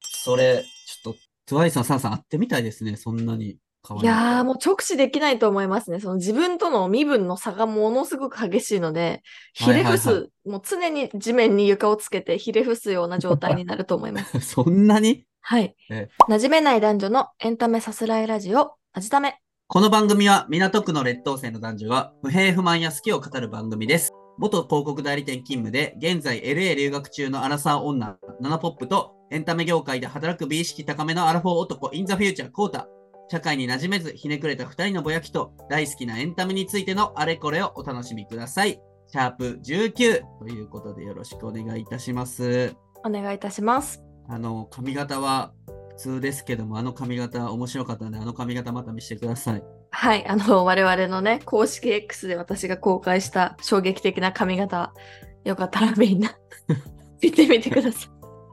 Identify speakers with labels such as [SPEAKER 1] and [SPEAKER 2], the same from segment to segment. [SPEAKER 1] それ、ちょっと、TWICE のサラさん会ってみたいですね、そんなに可愛
[SPEAKER 2] いやー、もう直視できないと思いますね。その自分との身分の差がものすごく激しいので、ひれ伏す、
[SPEAKER 1] はいはい
[SPEAKER 2] もう常に地面に床をつけてひれ伏すような状態になると思い ます。
[SPEAKER 1] う。 そんなに
[SPEAKER 2] はい。
[SPEAKER 1] え
[SPEAKER 2] 馴染めない男女のエンタメさすらいラジオ、なじため。
[SPEAKER 1] この番組は港区の劣等生の男女が不平不満や好きを語る番組です。元広告代理店勤務で現在 LA 留学中のアラサー女ナナポップとエンタメ業界で働く美意識高めのアラフォー男インザフューチャーコータ社会に馴染めずひねくれた2人のぼやきと大好きなエンタメについてのあれこれをお楽しみください。シャープ19ということでよろしくお願いいたします。
[SPEAKER 2] お願いいたします。
[SPEAKER 1] あの髪型は普通ですけどもあの髪型面白かったんであの髪型また見せてください。
[SPEAKER 2] はい、あの、我々のね、公式 X で私が公開した衝撃的な髪型、よかったらみ んな見てみてください。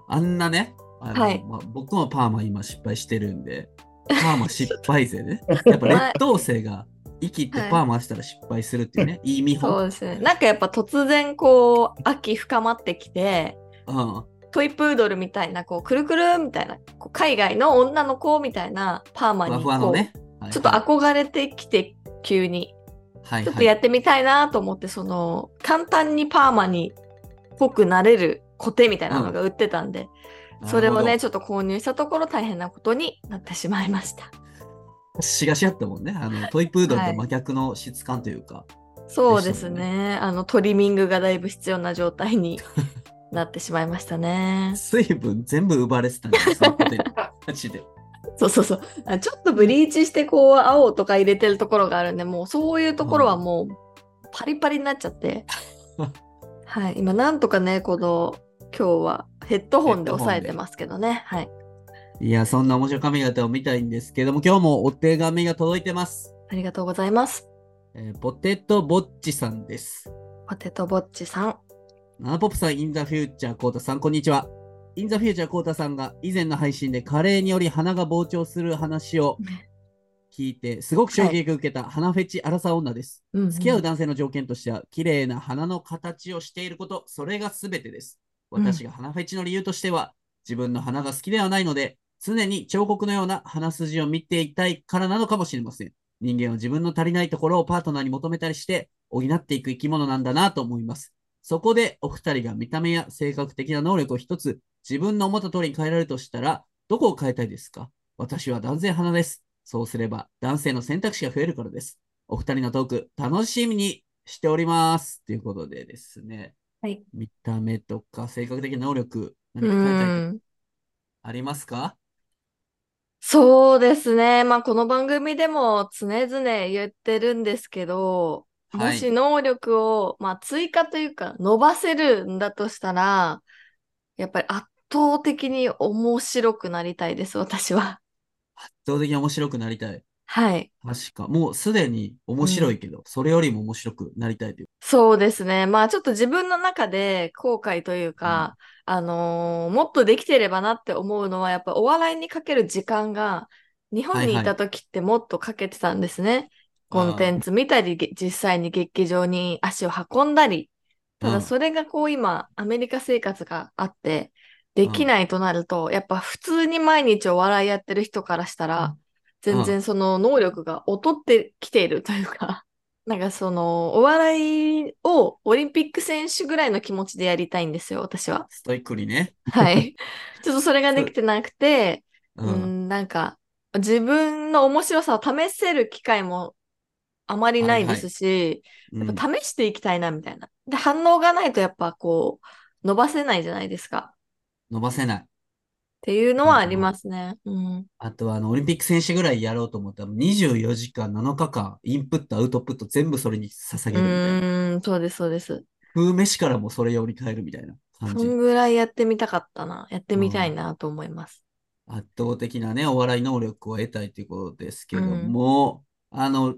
[SPEAKER 1] あんなね、あの
[SPEAKER 2] はい
[SPEAKER 1] まあ、僕もパーマ今失敗してるんで、パーマ失敗勢 ね。やっぱ劣等生が生きてパーマしたら失敗するっていうね、 い、い見
[SPEAKER 2] そう
[SPEAKER 1] 本。
[SPEAKER 2] ですね。なんかやっぱ突然こう、秋深まってきて、
[SPEAKER 1] うん、
[SPEAKER 2] トイプードルみたいな、こう、くるくるみたいな、こう海外の女の子みたいなパーマ
[SPEAKER 1] ふわ
[SPEAKER 2] に
[SPEAKER 1] ふ
[SPEAKER 2] こ
[SPEAKER 1] わの
[SPEAKER 2] う、
[SPEAKER 1] ね。はい
[SPEAKER 2] ちょっと憧れてきて、急に。
[SPEAKER 1] はい
[SPEAKER 2] ちょっ
[SPEAKER 1] は
[SPEAKER 2] と
[SPEAKER 1] い
[SPEAKER 2] やってみたいなと思って、その、簡単にパーマにっぽくなれるコテみたいなのが売ってたんで、それを
[SPEAKER 1] な
[SPEAKER 2] ね、
[SPEAKER 1] る
[SPEAKER 2] ちょっと購入したところ大変なことになってしまいました。
[SPEAKER 1] ほどしがしあったもんね。あのトイプードルと真逆の質感というか。
[SPEAKER 2] そうです
[SPEAKER 1] で
[SPEAKER 2] ね。
[SPEAKER 1] した
[SPEAKER 2] あの、トリミングがだいぶ必要な状態になってしまいましたね。
[SPEAKER 1] 水分全部奪われてたんですよ、 その子でマジで。
[SPEAKER 2] そうそうそう。あちょっとブリーチしてこう、青とか入れてるところがあるんで、もうそういうところはもう、パリパリになっちゃ って。はい。今、なんとかね、この、今日はヘッドホンで抑えてますけどね。はい。
[SPEAKER 1] いや、そんな面白い髪型を見たいんですけども、今日もお手紙が届いてます。
[SPEAKER 2] ありがとうございます。
[SPEAKER 1] えーポテトボッチさんです。
[SPEAKER 2] ポテトボッチさん。
[SPEAKER 1] ナナポップさん、インザフューチャーコータさん、こんにちは。インザフューチャーコータさんが以前の配信で加齢により鼻が膨張する話を聞いて、すごく衝撃を受けた鼻フェチ荒さ女です。
[SPEAKER 2] うん、
[SPEAKER 1] 付き合う男性の条件としては、綺麗な鼻の形をしていること、それが全てです。
[SPEAKER 2] うん
[SPEAKER 1] 私が鼻フェチの理由としては、自分の鼻が好きではないので、常に彫刻のような鼻筋を見ていたいからなのかもしれません。人間は自分の足りないところをパートナーに求めたりして、補っていく生き物なんだなと思います。そこでお二人が見た目や性格的な能力を一つ自分の思った通りに変えられるとしたら、どこを変えたいですか私は男性派です。そうすれば男性の選択肢が増えるからです。お二人のトーク楽しみにしております。ということでですね。
[SPEAKER 2] はい
[SPEAKER 1] 見た目とか性格的な能力、何
[SPEAKER 2] う
[SPEAKER 1] か変えたいと
[SPEAKER 2] ん。
[SPEAKER 1] ありますか
[SPEAKER 2] そうですね。まあ、この番組でも常々言ってるんですけど、も
[SPEAKER 1] はい
[SPEAKER 2] し能力を、まあ、追加というか伸ばせるんだとしたら、やっぱり圧倒的に面白くなりたいです、私は。
[SPEAKER 1] 圧倒的に面白くなりたい。
[SPEAKER 2] はい。
[SPEAKER 1] 確か。もうすでに面白いけど、それよりも面白くなりたいという。
[SPEAKER 2] そうですね。まあ、ちょっと自分の中で後悔というか、あのーもっとできてればなって思うのは、やっぱお笑いにかける時間が、日本にい
[SPEAKER 1] はいは
[SPEAKER 2] た
[SPEAKER 1] い
[SPEAKER 2] 時ってもっとかけてたんですね。コンテンツ見たり、げ実際に劇場に足を運んだり。た
[SPEAKER 1] う
[SPEAKER 2] だ
[SPEAKER 1] ん
[SPEAKER 2] それがこう今、アメリカ生活があって、できないとなると、やっぱ普通に毎日お笑いやってる人からしたら、全然その能力が劣ってきているというか、 なんかその、お笑いをオリンピック選手ぐらいの気持ちでやりたいんですよ、私は。
[SPEAKER 1] ストイックにね。
[SPEAKER 2] はい。ちょっとそれができてなくて、
[SPEAKER 1] う。
[SPEAKER 2] うんん、なんか、自分の面白さを試せる機会もあまりないですし、
[SPEAKER 1] うん
[SPEAKER 2] やっぱ試していきたいな、みたいな。で、反応がないとやっぱこう、伸ばせないじゃないですか。っ
[SPEAKER 1] 伸ばせない。
[SPEAKER 2] ていうのはありますね。うん。
[SPEAKER 1] あとはあのオリンピック選手ぐらいやろうと思ったら24時間7日間インプットアウトプット全部それに捧
[SPEAKER 2] う
[SPEAKER 1] げるみたいな。
[SPEAKER 2] ーん、そうです、そうです。
[SPEAKER 1] 風飯からもそれ用に変えるみたいな感
[SPEAKER 2] そ
[SPEAKER 1] じ
[SPEAKER 2] ん。ぐらいやってみたかったな。やってみたいなと思います。
[SPEAKER 1] 圧倒的なね、お笑い能力を得たいということですけども、あの、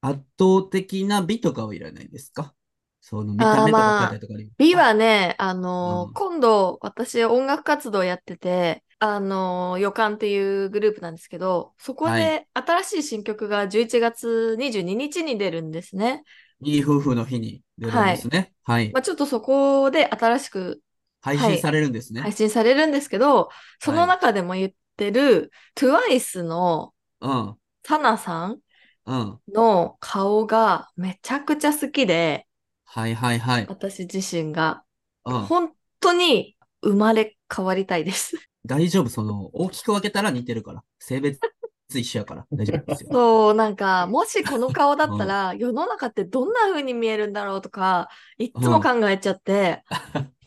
[SPEAKER 1] 圧倒的な美とかはいらないですかその見た目とか変えたいとかありますか
[SPEAKER 2] 美はね、あのー
[SPEAKER 1] うん
[SPEAKER 2] 今度、私、音楽活動やってて、あのー、予感っていうグループなんですけど、そこ
[SPEAKER 1] は
[SPEAKER 2] で新しい新曲が11月22日に出るんですね。
[SPEAKER 1] いい夫婦の日に出るんですね。はい。
[SPEAKER 2] まあ、ちょっとそこで新しく
[SPEAKER 1] 配信されるんですね。
[SPEAKER 2] 配信されるんですけど、その中でも言ってる、TWICE の
[SPEAKER 1] うん。
[SPEAKER 2] サナさん
[SPEAKER 1] うん。
[SPEAKER 2] の顔がめちゃくちゃ好きで、
[SPEAKER 1] はいはいはい。
[SPEAKER 2] 私自身が、
[SPEAKER 1] うん。
[SPEAKER 2] 本当に生まれ変わりたいです。
[SPEAKER 1] 大丈夫。その、大きく分けたら似てるから。性別一緒やから。大丈夫ですよ。
[SPEAKER 2] そう、なんか、もしこの顔だったら、世の中ってどんな風に見えるんだろうとか、いっつも考えちゃ って、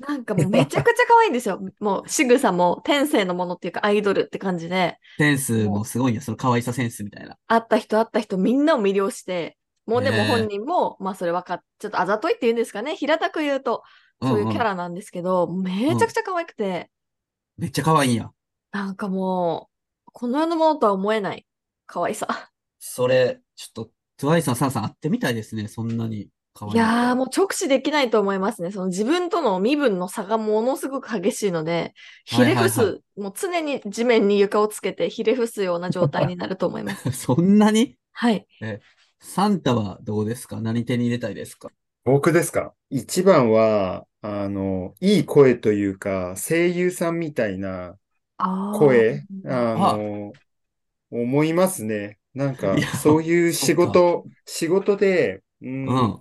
[SPEAKER 2] なんかもうめちゃくちゃ可愛いんですよ。もう仕草も天性のものっていうかアイドルって感じで、
[SPEAKER 1] センスもすごいよ。その可愛さセンスみたいな。
[SPEAKER 2] 会った人会った人みんなを魅了して、もうでも
[SPEAKER 1] ねえ
[SPEAKER 2] 本人も、まあそれ分かっ、ちょっとあざといって言うんですかね。平たく言うと、
[SPEAKER 1] ん
[SPEAKER 2] そういうキャ
[SPEAKER 1] ん。
[SPEAKER 2] ラなんですけど、めちゃくちゃ可愛くて、
[SPEAKER 1] めっちゃ可愛いんや。
[SPEAKER 2] なんかもう、この世のものとは思えない可愛さ。
[SPEAKER 1] それ、ちょっと、TWICE のサンさん会ってみたいですね。そんなに可愛
[SPEAKER 2] いやー、
[SPEAKER 1] も
[SPEAKER 2] もう直視できないと思いますね。その自分との身分の差がものすごく激しいので、ひれ伏す、
[SPEAKER 1] はいは
[SPEAKER 2] もう常に地面に床をつけてひれ伏すような状態になると思います。
[SPEAKER 1] う。 そんなに
[SPEAKER 2] はい。
[SPEAKER 1] サンタはどうですか何手に入れたいですか
[SPEAKER 3] 僕ですか一番は、あの、いい声というか、声優さんみたいな
[SPEAKER 2] あー
[SPEAKER 3] 声、
[SPEAKER 2] あ
[SPEAKER 3] あの、思いますね。なんか
[SPEAKER 1] いや、
[SPEAKER 3] そういう
[SPEAKER 1] そっ
[SPEAKER 3] 仕
[SPEAKER 1] か
[SPEAKER 3] 事、仕事で、う
[SPEAKER 1] うんん。は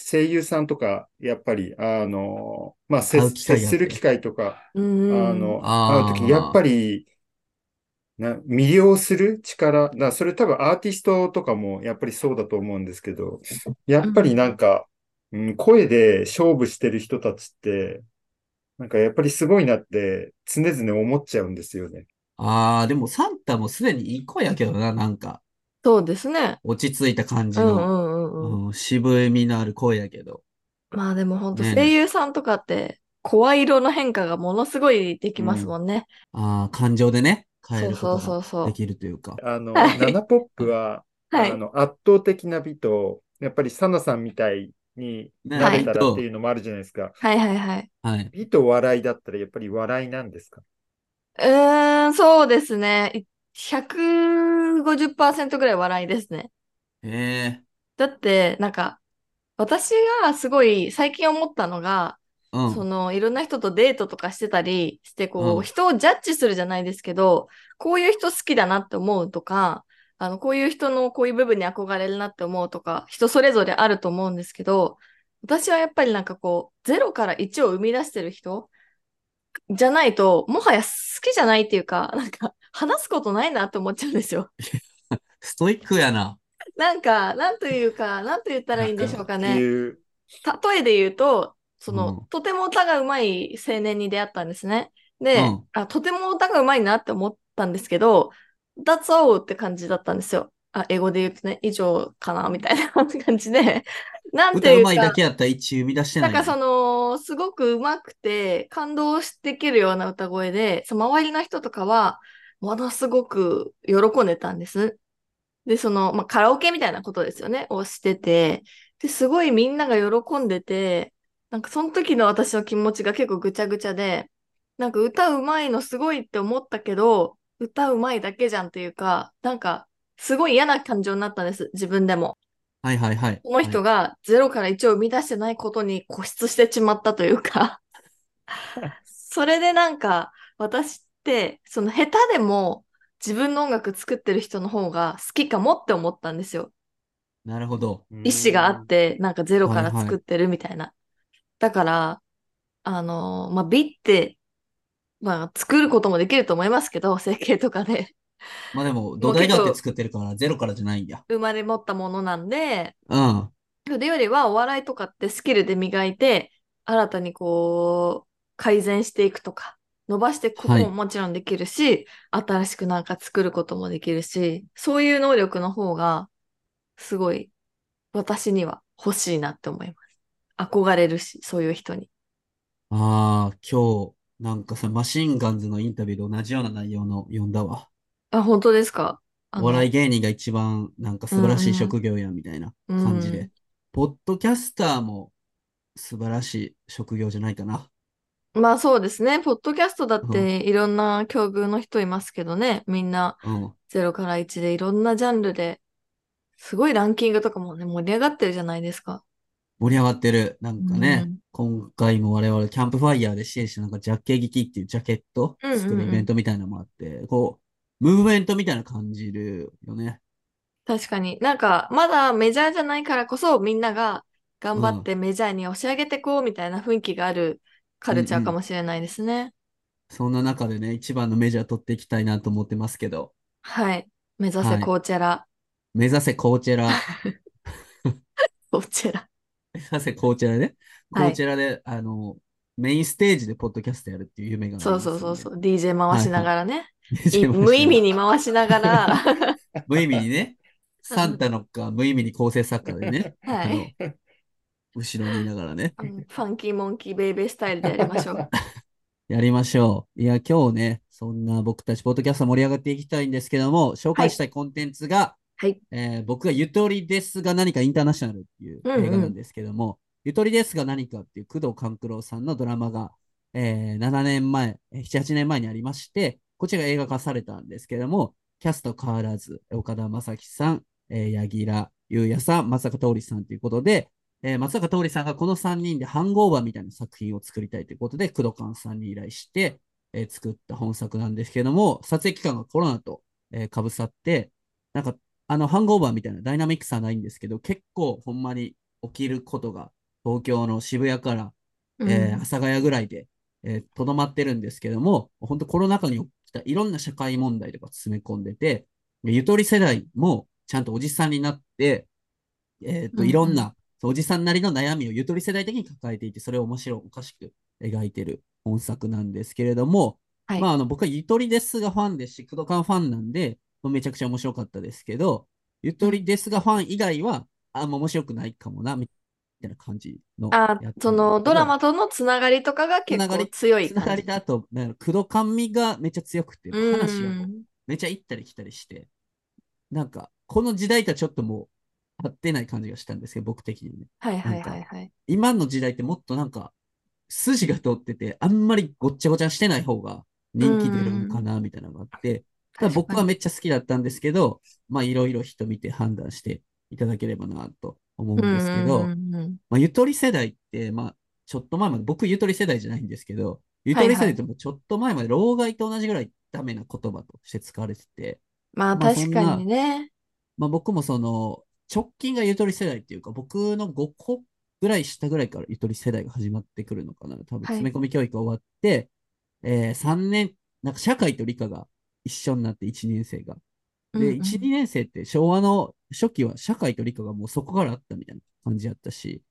[SPEAKER 3] 声優さんとか、やっぱり、あの、まあ、接、
[SPEAKER 1] 会う機会があって
[SPEAKER 3] 接する機会とか、あの、
[SPEAKER 1] あー
[SPEAKER 3] 会うとき、やっぱり、な、魅了する力、な、それ多分アーティストとかもやっぱりそうだと思うんですけど、やっぱりなんか、うん、声で勝負してる人たちって、なんかやっぱりすごいなって常々思っちゃうんですよね。
[SPEAKER 1] ああ、でもサンタもすでにいい声やけどな、なんか。
[SPEAKER 2] そうですね。
[SPEAKER 1] 落ち着いた感じ
[SPEAKER 2] うんう
[SPEAKER 1] の、
[SPEAKER 2] んうんうん。
[SPEAKER 1] うん渋みのある声やけど。
[SPEAKER 2] まあでも本当
[SPEAKER 1] ねえ
[SPEAKER 2] 声優さんとかって、声色の変化がものすごいできますもんね。
[SPEAKER 1] ああ、感情でね、変え
[SPEAKER 2] そう
[SPEAKER 1] る
[SPEAKER 2] そう
[SPEAKER 1] こ
[SPEAKER 2] そ
[SPEAKER 1] と
[SPEAKER 2] うそ
[SPEAKER 1] が
[SPEAKER 2] う
[SPEAKER 1] で。きるというか。
[SPEAKER 3] あの、
[SPEAKER 2] はい
[SPEAKER 3] ナナポップは、
[SPEAKER 2] はい
[SPEAKER 3] あ。の、圧倒的な美と、やっぱりサナさんみたいに
[SPEAKER 1] ね
[SPEAKER 3] なれ
[SPEAKER 2] はい
[SPEAKER 3] たらっていうのもあるじゃないですか。
[SPEAKER 2] はいはいはい。
[SPEAKER 1] はい。
[SPEAKER 3] 美と笑いだったらやっぱり笑いなんですか
[SPEAKER 2] うーん、そうですね。い150%ぐらい笑いですね。
[SPEAKER 1] へえ。
[SPEAKER 2] だって、なんか、私がすごい最近思ったのが、
[SPEAKER 1] うん。
[SPEAKER 2] その、いろんな人とデートとかしてたりして、こう、
[SPEAKER 1] うん
[SPEAKER 2] 人をジャッジするじゃないですけど、こういう人好きだなって思うとか、あの、こういう人のこういう部分に憧れるなって思うとか、人それぞれあると思うんですけど、私はやっぱりなんかこう、0から1を生み出してる人じゃないと、もはや好きじゃないっていうか、なんか、話すことないなって思っちゃうんですよ。
[SPEAKER 1] ストイックやな。
[SPEAKER 2] なんか、なんというか、なんと言ったらいいんでしょうか
[SPEAKER 3] って
[SPEAKER 2] ね。
[SPEAKER 3] いう、
[SPEAKER 2] 例えで言うと、その、
[SPEAKER 1] うん
[SPEAKER 2] とても歌が上手い青年に出会ったんですね。で、
[SPEAKER 1] うん
[SPEAKER 2] あ、とても歌が上手いなって思ったんですけど、That's all って感じだったんですよ。あ、英語で言うとね、以上かな、みたいな感じで。なん
[SPEAKER 1] 歌
[SPEAKER 2] て
[SPEAKER 1] う
[SPEAKER 2] いう
[SPEAKER 1] まいだ
[SPEAKER 2] か、
[SPEAKER 1] けやったら一致生み出してな
[SPEAKER 2] な
[SPEAKER 1] んい
[SPEAKER 2] か
[SPEAKER 1] ね。
[SPEAKER 2] その、すごく上手くて、感動できるような歌声で、その周りの人とかは、ものすごく喜んでたんです。で、その、まあ、カラオケみたいなことですよね、をしてて、で、すごいみんなが喜んでて、なんかその時の私の気持ちが結構ぐちゃぐちゃで、なんか歌うまいのすごいって思ったけど、歌うまいだけじゃんっていうか、なんか、すごい嫌な感情になったんです、自分でも。
[SPEAKER 1] はいはいはい。
[SPEAKER 2] この
[SPEAKER 1] は
[SPEAKER 2] 人
[SPEAKER 1] い
[SPEAKER 2] が0から1を生み出してないことに固執してしまったというか それでなんか私ってその下手でも自分の音楽作ってる人の方が好きかもって思ったんですよ。
[SPEAKER 1] なるほど。
[SPEAKER 2] 意思があ
[SPEAKER 3] て
[SPEAKER 2] ってなんかゼロから
[SPEAKER 1] はいはい
[SPEAKER 2] 作ってるみたいな。だからあのーまあ美って、まあ、作ることもできると思いますけど整形とかで
[SPEAKER 1] まあでも、土台があっ
[SPEAKER 2] もう
[SPEAKER 1] て
[SPEAKER 2] 結構
[SPEAKER 1] 作ってるから、ゼロからじゃないんや。
[SPEAKER 2] 生まれ持ったものなんで
[SPEAKER 1] うん。
[SPEAKER 2] それよりはお笑いとかってスキルで磨いて新たにこう改善していくとか伸ばしていくこと
[SPEAKER 1] はい
[SPEAKER 2] ももちろんできるし、新しくなんか作ることもできるしそういう能力の方がすごい私には欲しいなって思います憧れるしそういう人に
[SPEAKER 1] ああ、今日、なんかさ、マシンガンズのインタビューで同じような内容の読んだわ。
[SPEAKER 2] あ本当ですかあ
[SPEAKER 1] お
[SPEAKER 2] の
[SPEAKER 1] 笑い芸人が一番なんか素晴らしい職業やみたいな感じ
[SPEAKER 2] う
[SPEAKER 1] で
[SPEAKER 2] ん。
[SPEAKER 1] ポッドキャスターも素晴らしい職業じゃないかな。
[SPEAKER 2] まあそうですねポッドキャストだっていろんな境遇の人いますけどねみんな
[SPEAKER 1] うん。
[SPEAKER 2] 0から1でいろんなジャンルですごいランキングとかもね盛り上がってるじゃないですか。
[SPEAKER 1] 盛り上がってる。なんかね、
[SPEAKER 2] うん
[SPEAKER 1] 今回も我々キャンプファイヤーで支援したなんかジャッケ劇っていうジャケット
[SPEAKER 2] うんうんうん
[SPEAKER 1] 作るイベントみたいなのもあって、こう、ムーブメントみたいな感じるよね。
[SPEAKER 2] 確かに。なんか、まだメジャーじゃないからこそ、みんなが頑張ってメジャーに押し上げてこうみたいな雰囲気があるカルチャーかもしれないですね。
[SPEAKER 1] そんな中でね、一番のメジャー取っていきたいなと思ってますけど、
[SPEAKER 2] はい。目指せ
[SPEAKER 1] はい
[SPEAKER 2] コーチェラ。
[SPEAKER 1] 目指せコーチェ ラ。
[SPEAKER 2] コーチェラ。
[SPEAKER 1] 目指せコーチェラね。コ
[SPEAKER 2] はい
[SPEAKER 1] ーチェラで、あの、メインステージでポッドキャストやるっていう夢があり
[SPEAKER 2] そう
[SPEAKER 1] ます
[SPEAKER 2] そ
[SPEAKER 1] ん
[SPEAKER 2] う
[SPEAKER 1] で
[SPEAKER 2] そうそう。DJ 回しながらね。 い
[SPEAKER 1] 一番
[SPEAKER 2] 無意味に回しな がら。
[SPEAKER 1] 無意味に ね、サンタのか無意味に構成作家でね、あ
[SPEAKER 2] は
[SPEAKER 1] の
[SPEAKER 2] い。、
[SPEAKER 1] 後ろにいながらね、
[SPEAKER 2] うんファンキーモンキーベイベースタイルでやりまし ょう。
[SPEAKER 1] やりましょう。いや、今日ね、そんな僕たちポッドキャスト盛り上がっていきたいんですけども、紹介したいコンテンツが、
[SPEAKER 2] はい
[SPEAKER 1] えー僕がゆとりですが何かインターナショナルっていう
[SPEAKER 2] うんうん
[SPEAKER 1] 映画なんですけども、ゆとりですが何かっていう工藤官九郎さんのドラマが、えー7年前、えー7、8年前にありまして、こちらが映画化されたんですけども、キャスト変わらず、岡田将生さん、えー、柳楽優也さん、松坂桃李さんということで、えー松坂桃李さんがこの3人でハングオーバーみたいな作品を作りたいということで、工藤官さんに依頼して、えー作った本作なんですけども、撮影期間がコロナと、えー、かぶさって、なんか、あの、ハングオーバーみたいなダイナミックさはないんですけど、結構ほんまに起きることが、東京の渋谷から、
[SPEAKER 2] うん
[SPEAKER 1] えー阿佐ヶ谷ぐらいで、えーとどまってるんですけども、本当コロナ禍に起きたいろんな社会問題とか詰め込んでて、でゆとり世代もちゃんとおじさんになって、えっ
[SPEAKER 2] うんう
[SPEAKER 1] と、
[SPEAKER 2] ん
[SPEAKER 1] いろんな、そうおじさんなりの悩みをゆとり世代的に抱えていて、それを面白おかしく描いてる本作なんですけれども、
[SPEAKER 2] はい
[SPEAKER 1] まあ、あの、僕はゆとりですがファンですし、クドカンファンなんで、めちゃくちゃ面白かったですけど、ゆとりですがファン以外は、あんま面白くないかもな、みたいな感じのやつな
[SPEAKER 2] あ
[SPEAKER 1] んですけど。
[SPEAKER 2] そのドラマとのつながりとかが結
[SPEAKER 1] つなが
[SPEAKER 2] 構
[SPEAKER 1] り
[SPEAKER 2] 強い
[SPEAKER 1] つなが
[SPEAKER 2] 感
[SPEAKER 1] り
[SPEAKER 2] じ。
[SPEAKER 1] だと、なんか黒髪がめっちゃ強くて、
[SPEAKER 2] うん
[SPEAKER 1] 話がもうめちゃ行ったり来たりして、なんか、この時代とはちょっともう、合ってない感じがしたんですけど、僕的にね。
[SPEAKER 2] はいはいはいはい。
[SPEAKER 1] 今の時代ってもっとなんか、筋が通ってて、あんまりごっちゃごちゃしてない方が人気出るんかな、みたいなのがあって、ただ僕はめっちゃ好きだったんですけど、まあいろいろ人見て判断していただければな、と思うん
[SPEAKER 2] 確かに
[SPEAKER 1] ですけど、
[SPEAKER 2] うんうんうんうん
[SPEAKER 1] まあ、ゆとり世代って、まあ、ちょっと前まで、僕ゆとり世代じゃないんですけど、ゆとり世代ってもうちょっと前まで、老害と同じぐらいダメな言葉として使われてて、
[SPEAKER 2] まあ
[SPEAKER 1] まあ
[SPEAKER 2] 確かにね。
[SPEAKER 1] まあ僕もその、直近がゆとり世代っていうか、僕の5個ぐらい下ぐらいからゆとり世代が始まってくるのかな。多分、
[SPEAKER 2] はい
[SPEAKER 1] 詰め込み教育が終わって、え3年、なんか社会と理科が一緒になって1年生が。
[SPEAKER 2] うんう
[SPEAKER 1] で、
[SPEAKER 2] ん
[SPEAKER 1] 1、2年生って昭和の初期は社会と理科がもうそこからあったみたいな感じだったし、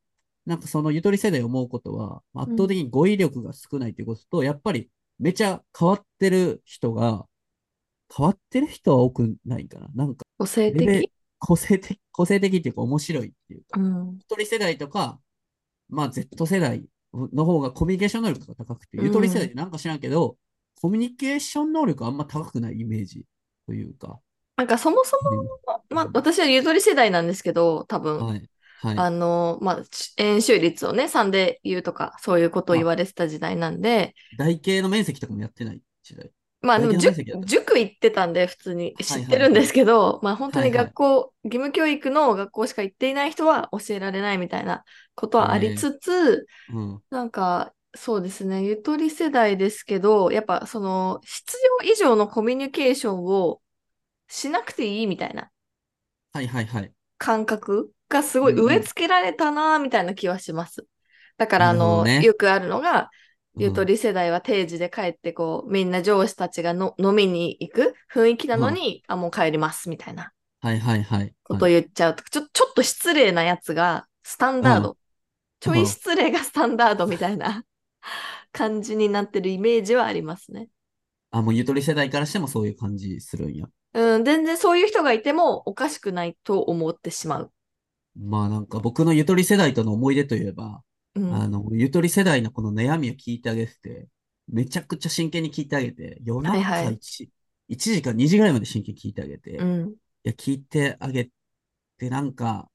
[SPEAKER 1] なんかそのゆとり世代思うことは、圧倒的に語彙力が少ないということと、やっぱりめちゃ変わってる人が、変わってる人は多くないかな。なんか
[SPEAKER 2] 個
[SPEAKER 1] レ
[SPEAKER 2] 性
[SPEAKER 1] ベル
[SPEAKER 2] 的。
[SPEAKER 1] 個性的、個性的っていうか面白いっていうか
[SPEAKER 2] う、ん。
[SPEAKER 1] ゆとり世代とか、まあ Z 世代の方がコミュニケーション能力が高くて、
[SPEAKER 2] うん
[SPEAKER 1] ゆとり世代ってなんか知らんけど、コミュニケーション能力あんま高くないイメージというか、
[SPEAKER 2] なんかそもそも、まあ私はゆとり世代なんですけど、多分、
[SPEAKER 1] はい。はい。
[SPEAKER 2] あの、まあ、し円周率をね、3で言うとか、そういうことを言われてた時代なんで、
[SPEAKER 1] 台形の面積とかもやってない時代。
[SPEAKER 2] まあでも
[SPEAKER 1] 大体の面積だ
[SPEAKER 2] 塾、
[SPEAKER 1] と
[SPEAKER 2] 塾行ってたんで普通に知
[SPEAKER 1] はい
[SPEAKER 2] ってるんですけど、まあ本当に
[SPEAKER 1] はいはい
[SPEAKER 2] 学校、義務教育の学校しか行っていない人は教えられないみたいなことはありつつ、
[SPEAKER 1] うん。
[SPEAKER 2] なんかそうですね、ゆとり世代ですけど、やっぱその必要以上のコミュニケーションをしなくていいみたいな
[SPEAKER 1] はいはいはい。
[SPEAKER 2] 感覚がすごい
[SPEAKER 1] うんうん
[SPEAKER 2] 植え付けられたなみたいな気はします。だからあ
[SPEAKER 1] なるほ
[SPEAKER 2] の、
[SPEAKER 1] どね
[SPEAKER 2] よくあるのが、
[SPEAKER 1] うん
[SPEAKER 2] ゆとり世代は定時で帰ってこう、みんな上司たちがの飲みに行く雰囲気なのに、あ、もう帰りますみたいな
[SPEAKER 1] はいはいはい。
[SPEAKER 2] ことを
[SPEAKER 1] はい
[SPEAKER 2] 言っちゃうと、ちょ、ちょっと失礼なやつがスタンダード。
[SPEAKER 1] う
[SPEAKER 2] ちょい失礼がスタンダードみたい な感じになってるイメージはありますね。
[SPEAKER 1] あ、もうゆとり世代からしてもそういう感じするんや。
[SPEAKER 2] うん、全然そういう人がいてもおかしくないと思ってしまう。
[SPEAKER 1] まあなんか僕のゆとり世代との思い出といえば、
[SPEAKER 2] うん、
[SPEAKER 1] あの、ゆとり世代のこの悩みを聞いてあげてて、めちゃくちゃ真剣に聞いてあげて、夜中
[SPEAKER 2] はいはい
[SPEAKER 1] 1、一時か2時ぐらいまで真剣に聞いてあげて、
[SPEAKER 2] う
[SPEAKER 1] い
[SPEAKER 2] ん、
[SPEAKER 1] や、聞いてあげて、なんか、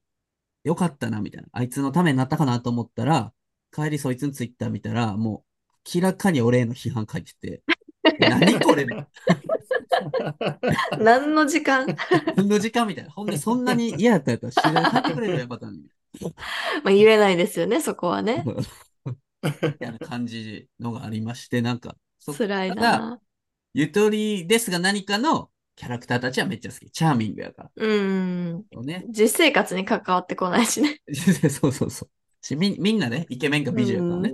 [SPEAKER 1] よかったな、みたいな。あいつのためになったかなと思ったら、帰りそいつのツイッター見たら、もう、明らかに俺への批判書いてて、何これ
[SPEAKER 2] 何の時間
[SPEAKER 1] 何の時間みたいな。ほんで、そんなに嫌やったやったら、知らなってくれるやばたのに。
[SPEAKER 2] まあ言えないですよね、そこはね。
[SPEAKER 1] みたいな感じのがありまして、なんか、そ
[SPEAKER 2] 辛い
[SPEAKER 1] ただ
[SPEAKER 2] な。
[SPEAKER 1] ゆとりですが何かのキャラクターたちはめっちゃ好き。チャーミングやから。
[SPEAKER 2] うん。
[SPEAKER 1] そうね。
[SPEAKER 2] 実生活に関わってこないしね。
[SPEAKER 1] そうそうそう。しみみんなね、イケメンか美女やからね。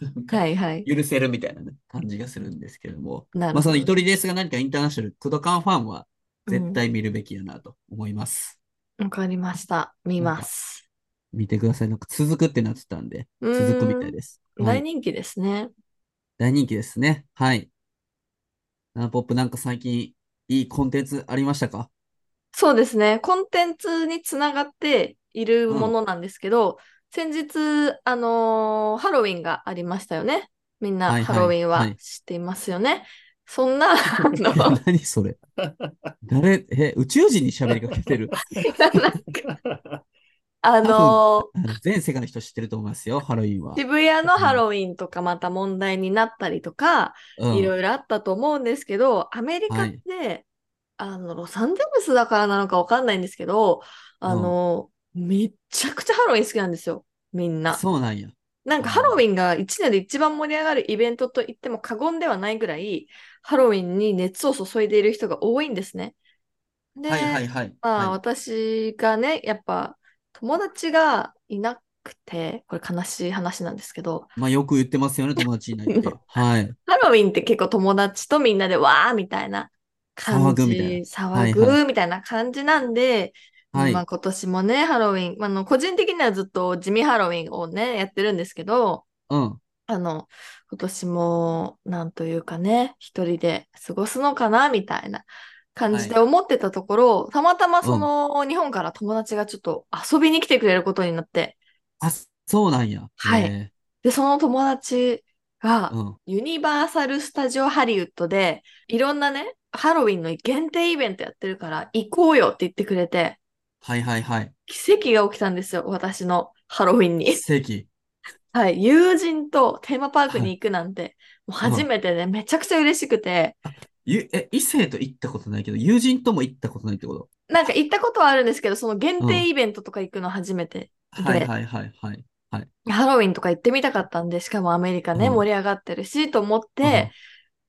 [SPEAKER 1] なんか
[SPEAKER 2] はいはい。
[SPEAKER 1] 許せるみたいな、ね、感じがするんですけども。
[SPEAKER 2] なる
[SPEAKER 1] まあ、そ
[SPEAKER 2] ほ
[SPEAKER 1] の
[SPEAKER 2] ど。
[SPEAKER 1] ゆとりですが何かインターナショナル、クドカンファンは
[SPEAKER 2] う
[SPEAKER 1] 絶
[SPEAKER 2] ん
[SPEAKER 1] 対見るべきやなと思います。
[SPEAKER 2] わかりました。見ます。
[SPEAKER 1] 見てください。なんか続くってなってたんで、続くみたいです。
[SPEAKER 2] うん
[SPEAKER 1] はい
[SPEAKER 2] 大人気ですね。
[SPEAKER 1] 大人気ですね。はい。ナナポップなんか最近いいコンテンツありました か
[SPEAKER 2] そうですね。コンテンツにつながっているものなんですけど、先日、あのーハロウィンがありましたよね。みん
[SPEAKER 1] はいは
[SPEAKER 2] ないハロウィン
[SPEAKER 1] は
[SPEAKER 2] はい知っていますよね。そ んな、あの、
[SPEAKER 1] 何それ誰、え、宇宙人に喋りかけて る。
[SPEAKER 2] あのー
[SPEAKER 1] あの全世界の人知ってると思いますよ、ハロウィンは。
[SPEAKER 2] 渋谷のハロウィンとかまた問題になったりとか、
[SPEAKER 1] うん
[SPEAKER 2] いろいろあったと思うんですけど、アメリカって、あの、ロサンゼルスだからなのかわかんないんですけど、あの、めっちゃくちゃハロウィン好きなんですよ、みんな。
[SPEAKER 1] そうなんや。
[SPEAKER 2] なんかハロウィンが1年で一番盛り上がるイベントと言っても過言ではないぐらい、ハロウィンに熱を注いでいる人が多いんですね。で、
[SPEAKER 1] はいはいはい。
[SPEAKER 2] ま
[SPEAKER 1] は
[SPEAKER 2] あ
[SPEAKER 1] い
[SPEAKER 2] 私がね、やっぱ友達がいなくて、これ悲しい話なんですけど、。
[SPEAKER 1] まあよく言ってますよね、友達いないってはい。
[SPEAKER 2] ハロウィンって結構友達とみんなでわーみたいな感
[SPEAKER 1] 騒ぐ
[SPEAKER 2] じ、
[SPEAKER 1] みたいな
[SPEAKER 2] 騒ぐ
[SPEAKER 1] はい
[SPEAKER 2] みたいな感じなんで、
[SPEAKER 1] はい
[SPEAKER 2] まあ今年もね、ハロウィン、まああの個人的にはずっと地味ハロウィンをね、やってるんですけど、
[SPEAKER 1] うん。
[SPEAKER 2] あの、今年も、なんというかね、一人で過ごすのかな、みたいな感じで
[SPEAKER 1] は
[SPEAKER 2] 思ってたところ、たまたまその、日本から友達がちょっと遊びに来てくれることになって、
[SPEAKER 1] あ、そうなんや。
[SPEAKER 2] はい
[SPEAKER 1] え
[SPEAKER 2] で、その友達が
[SPEAKER 1] ー、うん。
[SPEAKER 2] ユニバーサル・スタジオ・ハリウッドで、いろんなね、ハロウィンの限定イベントやってるから、行こうよって言ってくれて、
[SPEAKER 1] はいはいはい。
[SPEAKER 2] 奇跡が起きたんですよ、私のハロウィン に。
[SPEAKER 1] 奇
[SPEAKER 2] はい、友人とテーマパークに行くなんて、もう初めてね、めちゃくちゃ嬉しくて、
[SPEAKER 1] 跡。ゆえ、異性と行ったことないけど、友人とも行ったことないってこと
[SPEAKER 2] なんか行ったことはあるんですけど、その限定イベントとか行くの初めて、
[SPEAKER 1] は
[SPEAKER 2] で
[SPEAKER 1] いはいはいはい。
[SPEAKER 2] ハロウィンとか行ってみたかったんで、しかもアメリカね、
[SPEAKER 1] うん
[SPEAKER 2] 盛り上がってるし、と思って、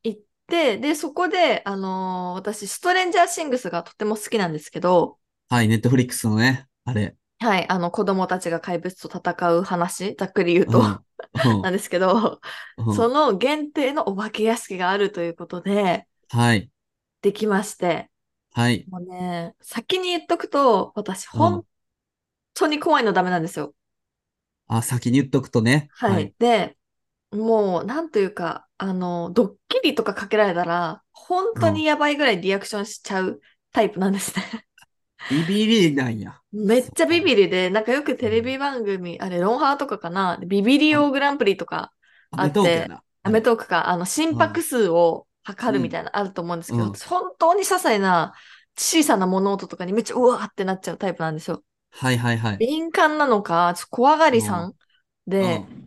[SPEAKER 2] 行って、で、そこで、あのー私、ストレンジャー・シングスがとても好きなんですけど、
[SPEAKER 1] うん、はい、ネットフリックスのね、あれ。
[SPEAKER 2] はい、あの子供たちが怪物と戦う話、ざっくり言う
[SPEAKER 1] うん。う
[SPEAKER 2] と、
[SPEAKER 1] ん
[SPEAKER 2] なんですけど、
[SPEAKER 1] うん
[SPEAKER 2] その限定のお化け屋敷があるということで、
[SPEAKER 1] はい。
[SPEAKER 2] できまして、
[SPEAKER 1] はい。
[SPEAKER 2] もうね、先に言っとくと、私、
[SPEAKER 1] うん
[SPEAKER 2] 本当に怖いのダメなんですよ。
[SPEAKER 1] あ、先に言っとくとね。
[SPEAKER 2] はい。。で、もう、なんというか、あの、ドッキリとかかけられたら、本当にやばいぐらいリアクションしちゃうタイプなんですね。
[SPEAKER 1] ビビリなんや。
[SPEAKER 2] めっちゃビビリで、なんかよくテレビ番組、あれ、ロンハーとかかな、ビビリ王グランプリとか、
[SPEAKER 1] アメトークやな。
[SPEAKER 2] アメトークか、あの、心拍数を測るみたいな、あると思うんですけど、
[SPEAKER 1] うん
[SPEAKER 2] 本当に些細な、小さな物音とかにめっちゃうわーってなっちゃうタイプなんですよ。
[SPEAKER 1] はいはいはい。
[SPEAKER 2] 敏感なのか、ちょっと怖がりさんで、
[SPEAKER 1] うん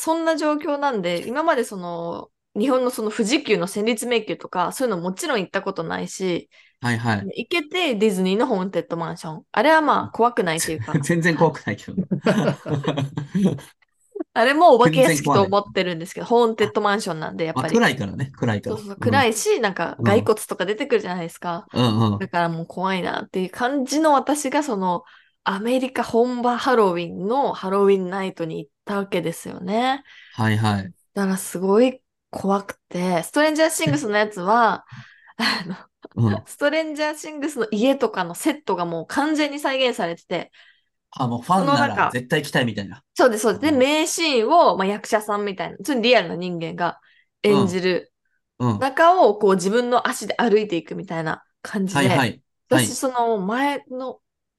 [SPEAKER 2] そんな状況なんで、今までその、日本のその富士急の戦慄迷宮とか、そういうのもちろん行ったことないし、
[SPEAKER 1] はいはい。、
[SPEAKER 2] 行けてディズニーのホーンテッドマンション。あれはまあ怖くないというか
[SPEAKER 1] 全然怖くないけどね。
[SPEAKER 2] あれもお化け屋敷
[SPEAKER 1] 全然怖
[SPEAKER 2] と
[SPEAKER 1] い
[SPEAKER 2] 思ってるんですけど、ホーンテッドマンションなんで、やっ
[SPEAKER 1] まあ、
[SPEAKER 2] ぱり。
[SPEAKER 1] 暗いからね、暗いか
[SPEAKER 2] そ
[SPEAKER 1] ら。
[SPEAKER 2] うそう暗
[SPEAKER 1] い。
[SPEAKER 2] いし、なんか
[SPEAKER 1] うん
[SPEAKER 2] 骸骨とか出てくるじゃないですか。
[SPEAKER 1] うんうん。
[SPEAKER 2] だからもう怖いなっていう感じの私がそのアメリカ本場ハロウィンのハロウィンナイトに行ったわけですよね。
[SPEAKER 1] はいはい。
[SPEAKER 2] だからすごい怖くて、ストレンジャーシングスのやつは、あの、
[SPEAKER 1] うん。
[SPEAKER 2] ストレンジャーシングスの家とかのセットがもう完全に再現されてて、
[SPEAKER 1] あ、もうファンな
[SPEAKER 2] その中
[SPEAKER 1] ら絶対来たいみたいな。
[SPEAKER 2] そうです、そうです。で、
[SPEAKER 1] うん
[SPEAKER 2] 名シーンを、まあ、役者さんみたいな、つまりリアルな人間が演じる
[SPEAKER 1] うん。は
[SPEAKER 2] 中をこう自分の足で歩いていくみたいな感じで、
[SPEAKER 1] いはい。はい
[SPEAKER 2] 私、その前の、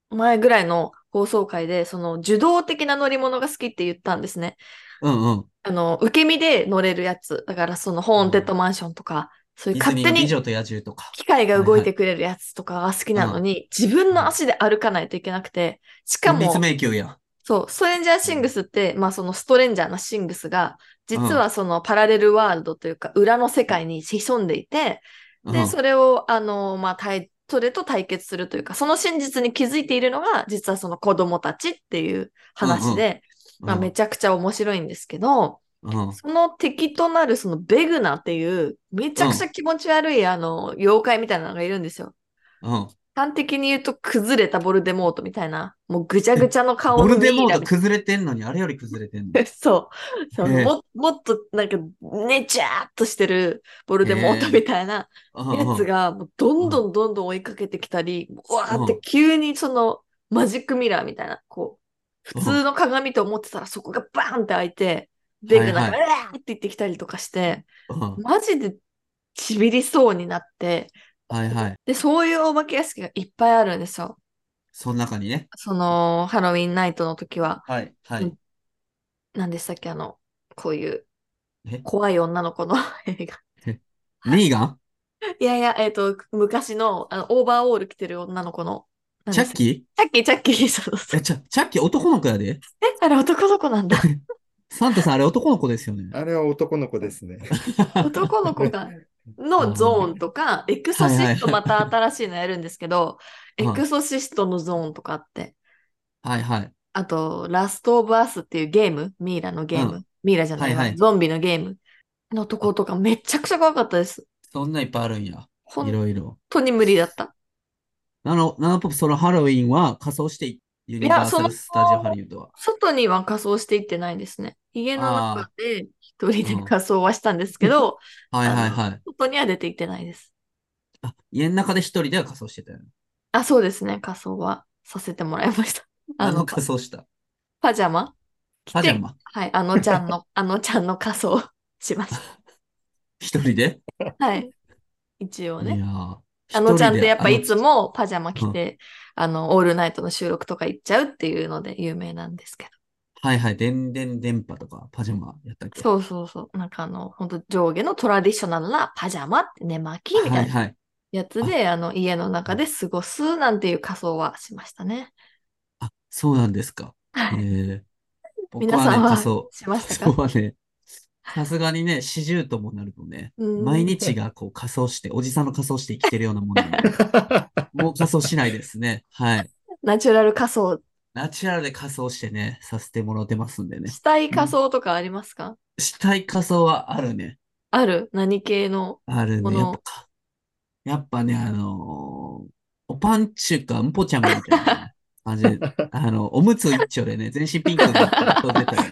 [SPEAKER 2] 前ぐらいの放送会で、その受動的な乗り物が好きって言ったんですね。
[SPEAKER 1] うんうん。
[SPEAKER 2] あの、受け身で乗れるやつ。だから、そのホーンテッドマンションとか、そうい
[SPEAKER 1] デ
[SPEAKER 2] う
[SPEAKER 1] ィズ
[SPEAKER 2] 勝
[SPEAKER 1] ニー
[SPEAKER 2] 手
[SPEAKER 1] の美
[SPEAKER 2] に
[SPEAKER 1] 女と野獣とか。
[SPEAKER 2] 機械が動いてくれるやつとかが好きなのに、自分の足で歩かないといけなくて、しか
[SPEAKER 1] 戦
[SPEAKER 2] も
[SPEAKER 1] 慄、迷宮やん。
[SPEAKER 2] そう、ストレンジャーシングスって、まあそのストレンジャーなシングスが、実はそのパラレルワールドというか、裏の世界に潜んでいて、
[SPEAKER 1] う
[SPEAKER 2] で、
[SPEAKER 1] ん
[SPEAKER 2] それを、あの、まあ、退それと対決するというか、その真実に気づいているのが、実はその子供たちっていう話で、まあ、めちゃくちゃ面白いんですけど、
[SPEAKER 1] うん
[SPEAKER 2] その敵となるそのベグナっていう、めちゃくちゃ気持ち悪いあの、妖怪みたいなのがいるんですよ。
[SPEAKER 1] うん。
[SPEAKER 2] 端的に言うと、崩れたボルデモートみたいな、もうぐちゃぐちゃの顔の
[SPEAKER 1] ボルデモ
[SPEAKER 2] ミイ
[SPEAKER 1] ー
[SPEAKER 2] ラ
[SPEAKER 1] ト
[SPEAKER 2] みたいな
[SPEAKER 1] 崩れてんのに、あれより崩れてんの。
[SPEAKER 2] そう。そう
[SPEAKER 1] ねえ
[SPEAKER 2] ももっとなんか、ねちゃーっとしてるボルデモートみたいなやつが、もうどんどんどんどん追いかけてきたり、うわーって急にそのマジックミラーみたいな、こう、普通の鏡と思ってたらそこがバーンって開いて、ベグナが
[SPEAKER 1] は
[SPEAKER 2] うわーって言ってきたりとかして、
[SPEAKER 1] うんうん
[SPEAKER 2] マジでちびりそうになって、
[SPEAKER 1] はいはい。
[SPEAKER 2] で、そういうお化け屋敷がいっぱいあるんですよ。
[SPEAKER 1] その中にね。
[SPEAKER 2] その、ハロウィンナイトの時は、
[SPEAKER 1] はいは
[SPEAKER 2] う
[SPEAKER 1] い
[SPEAKER 2] ん。何でしたっけ、あの、こういう
[SPEAKER 1] え
[SPEAKER 2] 怖い女の子の 映画。
[SPEAKER 1] ミーガン
[SPEAKER 2] いやいや、えっ、と、昔のあのオーバーオール着てる女の子の、何
[SPEAKER 1] チ
[SPEAKER 2] で
[SPEAKER 1] ャ
[SPEAKER 2] し
[SPEAKER 1] ッ
[SPEAKER 2] たっけ
[SPEAKER 1] キ
[SPEAKER 2] チャッキー、チャッキー、そうそ
[SPEAKER 1] ー
[SPEAKER 2] うそう
[SPEAKER 1] え、チャチャッキー男の子やで。
[SPEAKER 2] え、あれ男の子な んだ。
[SPEAKER 1] サンタさん、あれ男の子ですよね。
[SPEAKER 3] あれは男の子で すね。
[SPEAKER 2] 男の子が、のゾーンとか、エクソシストまた新しいのやるんですけど、
[SPEAKER 1] はいはい
[SPEAKER 2] エクソシストのゾーンとかあって、
[SPEAKER 1] はいはい。
[SPEAKER 2] あと、ラストオブアスっていうゲーム、ミイラのゲーム、
[SPEAKER 1] う
[SPEAKER 2] ミイラじゃないわ、
[SPEAKER 1] はいはい
[SPEAKER 2] ゾンビのゲームのとことかめちゃくちゃ怖かったです。
[SPEAKER 1] そんないっぱいあるんや。い
[SPEAKER 2] 本
[SPEAKER 1] ろいろ。
[SPEAKER 2] 当に無理だった。
[SPEAKER 1] あの、ナナポップ、そのハロウィンは仮装してい、ユニバーサ
[SPEAKER 2] その
[SPEAKER 1] ル・スタジオ・ハリウッドは。
[SPEAKER 2] 外には仮装していってないですね。家の中
[SPEAKER 1] あ
[SPEAKER 2] で一人で仮装はしたんですけど、
[SPEAKER 1] はいはいはい。
[SPEAKER 2] 外には出ていってないです。
[SPEAKER 1] あ、家の中で一人では仮装してたよね。
[SPEAKER 2] あ、そうですね。仮装はさせてもらいました。あ
[SPEAKER 1] あ
[SPEAKER 2] の、
[SPEAKER 1] の仮装した。
[SPEAKER 2] パジャマ着
[SPEAKER 1] パジ
[SPEAKER 2] て
[SPEAKER 1] ャマ。
[SPEAKER 2] はい、あのちゃん の、あのちゃんの仮装しました。
[SPEAKER 1] 一人で
[SPEAKER 2] はい。一応
[SPEAKER 1] い
[SPEAKER 2] ね。
[SPEAKER 1] やー
[SPEAKER 2] あのちゃん
[SPEAKER 1] 一
[SPEAKER 2] っ
[SPEAKER 1] 人
[SPEAKER 2] てやっぱ
[SPEAKER 1] あの
[SPEAKER 2] いつもパジャマ着て、あの、オールナイトの収録とか行っちゃうっていうので有名なんですけ
[SPEAKER 1] はいはい、でんでん電波とか、パジャマやったっけ
[SPEAKER 2] ど。そうそうそう。なんかあの、本当上下のトラディショナルなパジャマって寝巻きみた
[SPEAKER 1] はいい
[SPEAKER 2] な
[SPEAKER 1] はい。
[SPEAKER 2] やつで、あの、家の中で過ごすなんていう仮装はしましたね。
[SPEAKER 1] あ、そうなんですか。
[SPEAKER 2] は
[SPEAKER 1] え
[SPEAKER 2] い。
[SPEAKER 1] ー、僕
[SPEAKER 2] 皆さ
[SPEAKER 1] ね、
[SPEAKER 2] んは
[SPEAKER 1] 仮装。
[SPEAKER 2] しました
[SPEAKER 1] 仮装
[SPEAKER 2] か
[SPEAKER 1] はね、さすがにね、四十ともなるとね、
[SPEAKER 2] うん
[SPEAKER 1] 毎日がこう仮装して、おじさんの仮装して生きてるようなもんなん で、もう仮装しないですね。はい。
[SPEAKER 2] ナチュラル仮装、
[SPEAKER 1] ナチュラルで仮装してね、させてもらってますんでね。
[SPEAKER 2] したい仮装とかありますか
[SPEAKER 1] したい仮装はあるね。
[SPEAKER 2] ある何系 の
[SPEAKER 1] ある
[SPEAKER 2] こ
[SPEAKER 1] ね。
[SPEAKER 2] の
[SPEAKER 1] やっぱか、やっぱね、あのーおパンチュか、んぽちゃんみたいな感じ で、あの、おむつ一丁でね、全身ピンクになって飛んでた よ。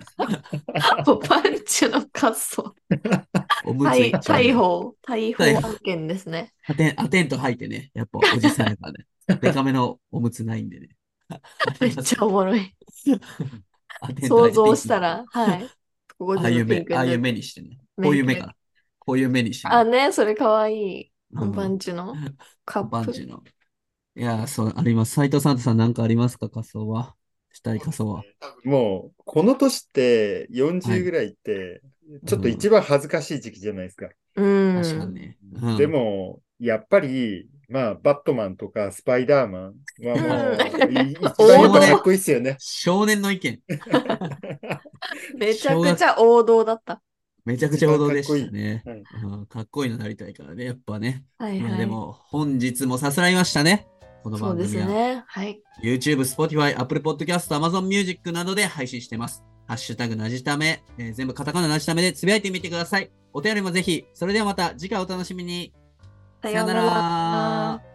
[SPEAKER 2] ポパンチの仮装。
[SPEAKER 1] おむつ
[SPEAKER 2] 逮
[SPEAKER 1] 一丁で
[SPEAKER 2] 逮捕、逮捕
[SPEAKER 1] 逮捕
[SPEAKER 2] 案件ですね。
[SPEAKER 1] アテン、アテント履いてね、やっぱおじさんやからね。デカめのおむつないんでね。
[SPEAKER 2] めっちゃおもろい。
[SPEAKER 1] アテント履
[SPEAKER 2] 想
[SPEAKER 1] いて
[SPEAKER 2] 像したら、はい。ここ
[SPEAKER 1] ああい
[SPEAKER 2] 全
[SPEAKER 1] う
[SPEAKER 2] 部ピン
[SPEAKER 1] 目、
[SPEAKER 2] ク
[SPEAKER 1] ああいう
[SPEAKER 2] になる
[SPEAKER 1] 目にしてね。こういう目かな。こういう目にしてね。
[SPEAKER 2] あ、ね、それかわいい。
[SPEAKER 1] うん
[SPEAKER 2] ポパンチのカ
[SPEAKER 1] おパ
[SPEAKER 2] ッ
[SPEAKER 1] ン
[SPEAKER 2] プ。
[SPEAKER 1] チの。いやー、そう、あります。斉藤さんとさんなんかありますか仮装は。したい仮装は。
[SPEAKER 3] もう、この年って
[SPEAKER 1] は
[SPEAKER 3] 40
[SPEAKER 1] い
[SPEAKER 3] ぐらいって、ちょっと一番恥ずかしい時期じゃないですか。
[SPEAKER 2] うん。
[SPEAKER 1] 確かにね。うん
[SPEAKER 3] でも、やっぱり、まあ、バットマンとかスパイダーマンはもう、い一番やっぱかっこいいっすよね。
[SPEAKER 1] 少年の意見。
[SPEAKER 2] めちゃくちゃ王道だった。
[SPEAKER 1] めちゃくちゃ王道でしたね。
[SPEAKER 3] 一番
[SPEAKER 1] うんかっこいいのなりたいからね、やっぱね。
[SPEAKER 2] はい
[SPEAKER 1] まあ
[SPEAKER 2] はい。
[SPEAKER 1] でも、本日もさすらいましたね。この
[SPEAKER 2] そう
[SPEAKER 1] 番
[SPEAKER 2] で
[SPEAKER 1] 組
[SPEAKER 2] す
[SPEAKER 1] は。
[SPEAKER 2] ね。はい。
[SPEAKER 1] YouTube、Spotify、Apple Podcast、Amazon Music などで配信してます。ハッシュタグなじため、えー全部カタカナなじためでつぶやいてみてください。お便りもぜひ。それではまた次回お楽しみに。さ
[SPEAKER 2] さ
[SPEAKER 1] よ
[SPEAKER 2] よう
[SPEAKER 1] う
[SPEAKER 2] な
[SPEAKER 1] な
[SPEAKER 2] ら
[SPEAKER 1] ら。